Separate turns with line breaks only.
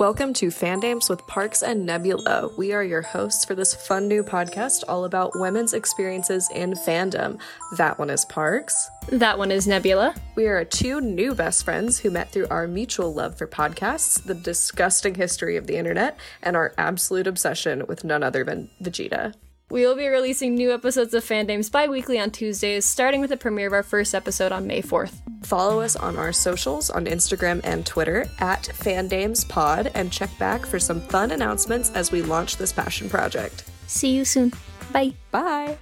Welcome to Fandames with Parks and Nebula. We are your hosts for this fun new podcast all about women's experiences in fandom. That one is Parks.
That one is Nebula.
We are two new best friends who met through our mutual love for podcasts, the disgusting history of the internet, and our absolute obsession with none other than Vegeta.
We will be releasing new episodes of Fandames bi weekly on Tuesdays, starting with the premiere of our first episode on May 4th.
Follow us on our socials on Instagram and Twitter at FandamesPod and check back for some fun announcements as we launch this passion project.
See you soon. Bye.
Bye!